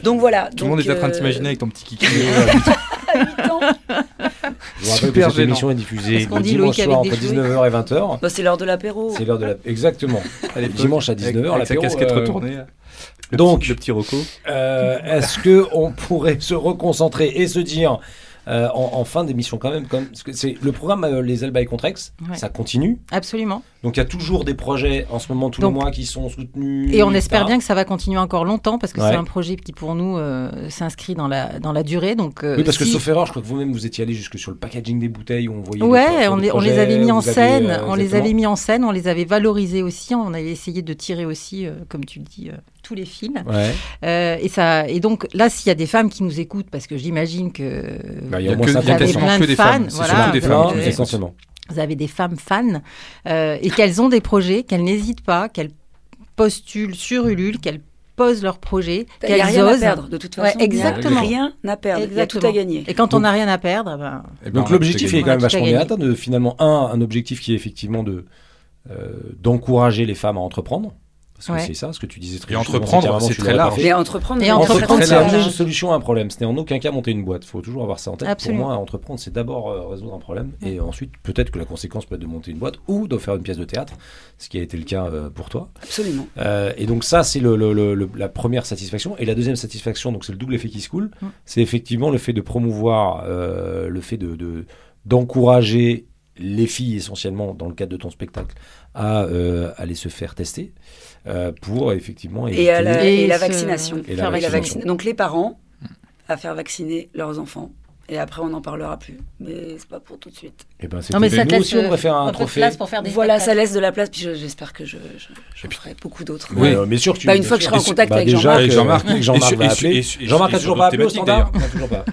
Donc euh, voilà.
Tout le monde est en train de s'imaginer avec ton petit kiki.
Je vous rappelle
Super
que cette
gênant.
émission est diffusée
Est-ce qu'on
le
dit
dimanche
Loïc avec
soir
des
entre
cheveux
19h et 20h.
Bah, c'est l'heure de l'apéro.
C'est l'heure de la. Exactement.
Allez,
Dimanche à 19h,
Avec sa
l'apéro,
casquette
euh,
retournée. Le
Donc-
petit- le petit Rocco.
Euh, Est-ce que on pourrait se reconcentrer et se dire euh, en, en fin d'émission quand même, comme parce que c'est le programme euh, les Elba et Contrex,
Ouais.
ça continue.
Absolument.
Donc il y a toujours des projets en ce moment tous
Donc-
les mois qui sont soutenus.
Et on espère
etc.
bien que ça va continuer encore longtemps parce que
Ouais.
c'est un projet qui pour nous euh, s'inscrit dans la dans la durée. Donc euh,
Oui, parce que
si-
sauf erreur, je crois que vous-même vous étiez allé jusque sur le packaging des bouteilles où on voyait. les
Ouais,
photos
on
des
les, on les
projets,
avait mis en
vous avez,
scène,
euh,
on les
exactement.
avait mis en scène, on les avait valorisés aussi, on avait essayé de tirer aussi, euh, comme tu le dis, euh, tous les fils.
Ouais.
Euh, et ça, et donc là, s'il y a des femmes qui nous écoutent, parce que j'imagine que
Bah, il
Il
y
y
a
a
au moins
que- il y a
50
des
sur
quasiment
plein
que
de
des
fans,
femmes. C'est
voilà.
surtout des femmes.
Plein,
qui nous
Ouais.
écoutent.
essentiellement.
vous avez des femmes fans euh, et qu'elles ont des projets, qu'elles n'hésitent pas, qu'elles postulent sur Ulule, qu'elles posent leurs projets,
Il n'y a
qu'elles
rien à
osent.
perdre, de toute
Ouais,
façon. Il n'y a
exactement.
Rien à perdre. Il y a tout à
Exactement.
gagner.
Et quand on n'a rien à perdre, ben,
Eh ben,
Donc
on a
l'objectif
tout
est
à
quand même
On a tout à
vachement bien
gagner.
atteint de finalement un, un objectif qui est effectivement de euh, d'encourager les femmes à entreprendre. Parce que
Ouais.
c'est ça, ce que tu disais très
Et
justement,
entreprendre,
c'est qu'il y a un moment,
c'est
tu
très
l'aurais pas
large.
fait.
Mais entreprendre,
Et
non,
entreprendre,
Entreprendre, c'est
c'est
amener
large.
une solution à un problème. Ce n'est en aucun cas monter une boîte. Il faut toujours avoir ça en tête.
Absolument.
Pour moi, entreprendre, c'est d'abord euh, résoudre un problème. Et ensuite, peut-être que la conséquence peut être de monter une boîte ou de faire une pièce de théâtre, ce qui a été le cas euh, pour toi.
absolument.
Euh, et donc ça, c'est le- le- le- le- la première satisfaction. Et la deuxième satisfaction, donc c'est le double effet qui se coule,
Mm.
c'est effectivement le fait de promouvoir, euh, le fait de de- d'encourager les filles essentiellement dans le cadre de ton spectacle à euh, aller se faire tester euh, pour effectivement
Et, à la, et
Et
la
se-
vaccination.
Et la
faire
Et la
vaccination.
vaccina- Donc les parents à faire vacciner leurs enfants. Et après, on n'en parlera plus. Mais c'est pas pour tout de suite.
et ben,
Non, mais
c'était-
ça te
nous
laisse
aussi on devrait faire un
peu de
trophée.
place pour faire des
Voilà, ça
spectacles.
laisse de la place. Puis je- j'espère que je, je- j'en ferai beaucoup d'autres.
Mais,
Oui.
euh, mais sûr que tu
Bah, une
bien
fois que
sûr.
je serai en
Et su-
contact avec
déjà
Jean-Marc.
que-
Jean-Marc.
que
Et
Jean-Marc
sur-
va
et sur-
appeler.
et sur- et
Jean-Marc a
sur
toujours
d'autres
pas appelé au
thématiques,
standard. Non, toujours pas.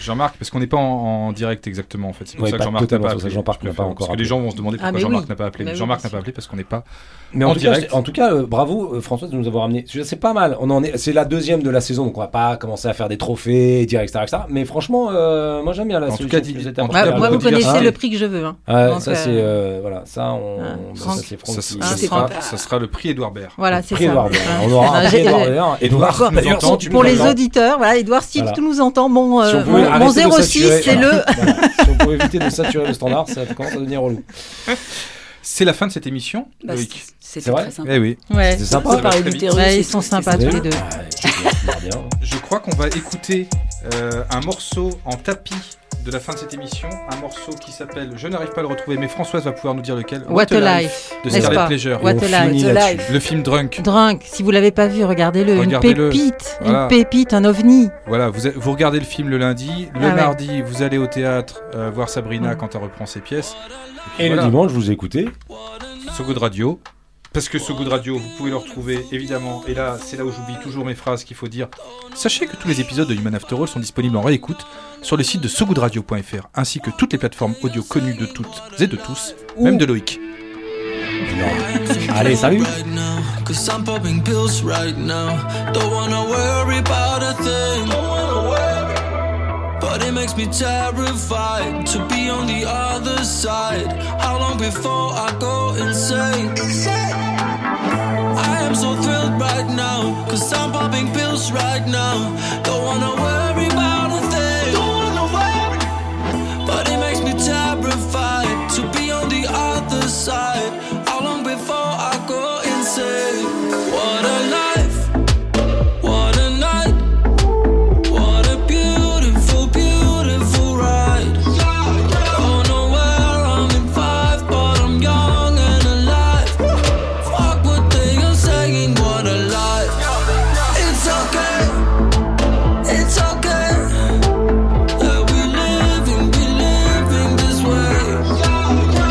Jean-Marc, parce qu'on n'est pas en, en direct exactement en fait. C'est pour
Ouais,
ça que
pas
Jean-Marc n'a
totalement,
pas
c'est pour ça
appelé.
que Jean-Marc
Je
n'a pas
préfère-
encore
Parce que les
appelé.
gens vont se demander
Ah,
pourquoi
mais
Jean-Marc
oui.
n'a pas appelé.
Mais oui,
Jean-Marc
bien
n'a pas
sûr.
appelé parce qu'on n'est pas.
Mais
En
en, tout cas,
direct.
en tout cas, euh, bravo euh, Françoise de nous avoir amené. Je sais pas mal. On en est, c'est la deuxième de la saison, donc on va pas commencer à faire des trophées, dire etc. etc. Mais franchement, euh, moi j'aime bien la
En tout
solution
cas,
que
dis-
vous êtes
en
apportée.
tout
Bah,
cas,
moi, vous
beaucoup de
connaissez
diversité.
le prix que je veux. hein.
Ouais,
Donc,
ça
euh,
c'est euh, voilà, ça on,
Ah,
bah,
Franck.
ça c'est Franck.
Ça
qui-
Ah,
sera-
qui
ça
c'est
sera-
sera-
pas-
ça sera le prix Édouard Baird.
Voilà, c'est
Prix
ça.
Edouard Baird. On aura un
Ah,
prix
j'ai-
Edouard
j'ai-
Baird. Edouard,
nous
d'ailleurs,
entends,
si
tu
tu
Pour
nous
les
entends.
auditeurs, voilà, Edouard, si
Voilà.
tout nous entend, bon,
Si on
euh,
pouvait
mon- mon
arrêter de
06,
saturer,
c'est le.
voilà. Voilà. Si on pouvait éviter de saturer le standard, ça commence à devenir relou.
C'est la fin de cette émission,
Bah,
Loïc.
c'est
C'est
c'était
vrai
très sympa.
Eh oui.
Ouais.
C'était sympa.
On peut
Ça va
parler
très
du
vite.
terrorisme
Ouais,
et
ils sont
tout, c'est-
sympas tous les deux.
Ouais, écoute, on verra Ah, bien. hein.
Je crois qu'on va écouter euh, un morceau en tapis de la fin de cette émission, un morceau qui s'appelle, je n'arrive pas à le retrouver, mais Françoise va pouvoir nous dire lequel.
What a life,
de
n'est-ce
Scarlett
pas
Pleasure.
Et
What
on
a
finit
life.
The
là-dessus.
Life.
Le film Drunk.
Drunk, si vous l'avez pas vu, regardez-le. Une
Regardez-le.
pépite,
Voilà.
une pépite, un ovni.
Voilà, vous, vous regardez le film le lundi, le
Ah ouais.
mardi, vous allez au théâtre euh, voir Sabrina
Mhm.
quand elle reprend ses pièces.
Et le
Voilà.
dimanche, vous écoutez.
So Good Radio. Parce que So Good Radio, vous pouvez le retrouver évidemment. Et là, c'est là où j'oublie toujours mes phrases qu'il faut dire. Sachez que tous les épisodes de Human After All sont disponibles en réécoute sur le site de sogoodradio.fr ainsi que toutes les plateformes audio connues de toutes et de tous, même de Loïc.
Allez, salut
right now. Cause I'm popping pills right now. Don't wanna worry about a thing. But it makes me terrified to be on the other side. How long before I go insane? I am so thrilled right now. Cause I'm popping pills right now. Don't wanna worry about a thing. But it makes me terrified to be on the other side. How long before I go insane? What a life, what a night, what a beautiful, beautiful ride. Don't know where I'm in five, but I'm young and alive. Fuck what they are saying, what a life. It's okay, it's okay. Yeah, we living, we living this way.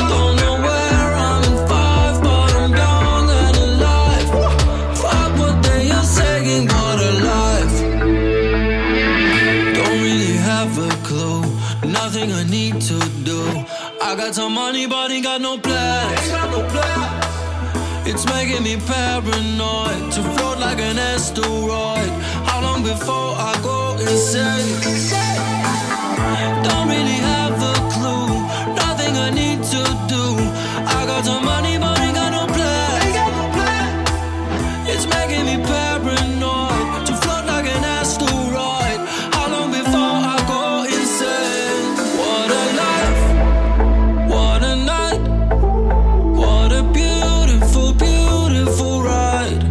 Don't know where I'm in five, but I'm young and alive. Fuck what they are saying, what a life. Don't really have a clue. Nothing I need to do. I got some money, but ain't got no plans. It's making me paranoid to float like an asteroid. How long before I go insane? Don't really have a clue. Nothing I need to do. I got some money, but ain't got no plan. It's making me paranoid to float like an asteroid. How long before I go insane? What a life. What a night. What a beautiful, beautiful ride.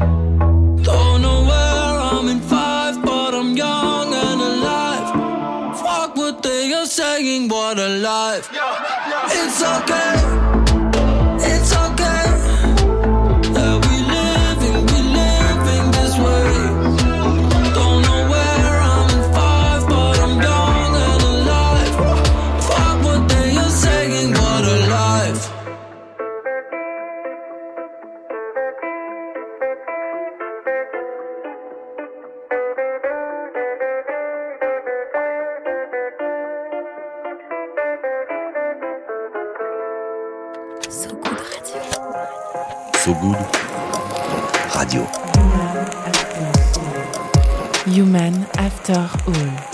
Don't know where I'm in five, but I'm young and alive. Fuck what they are saying, what a life. It's okay, it's okay. Yeah, we living, we living this way. Don't know where I'm in five, but I'm young and alive. Fuck what they are saying, what a life.
So Good Radio.
So Good Radio.
Human After All. Human After All.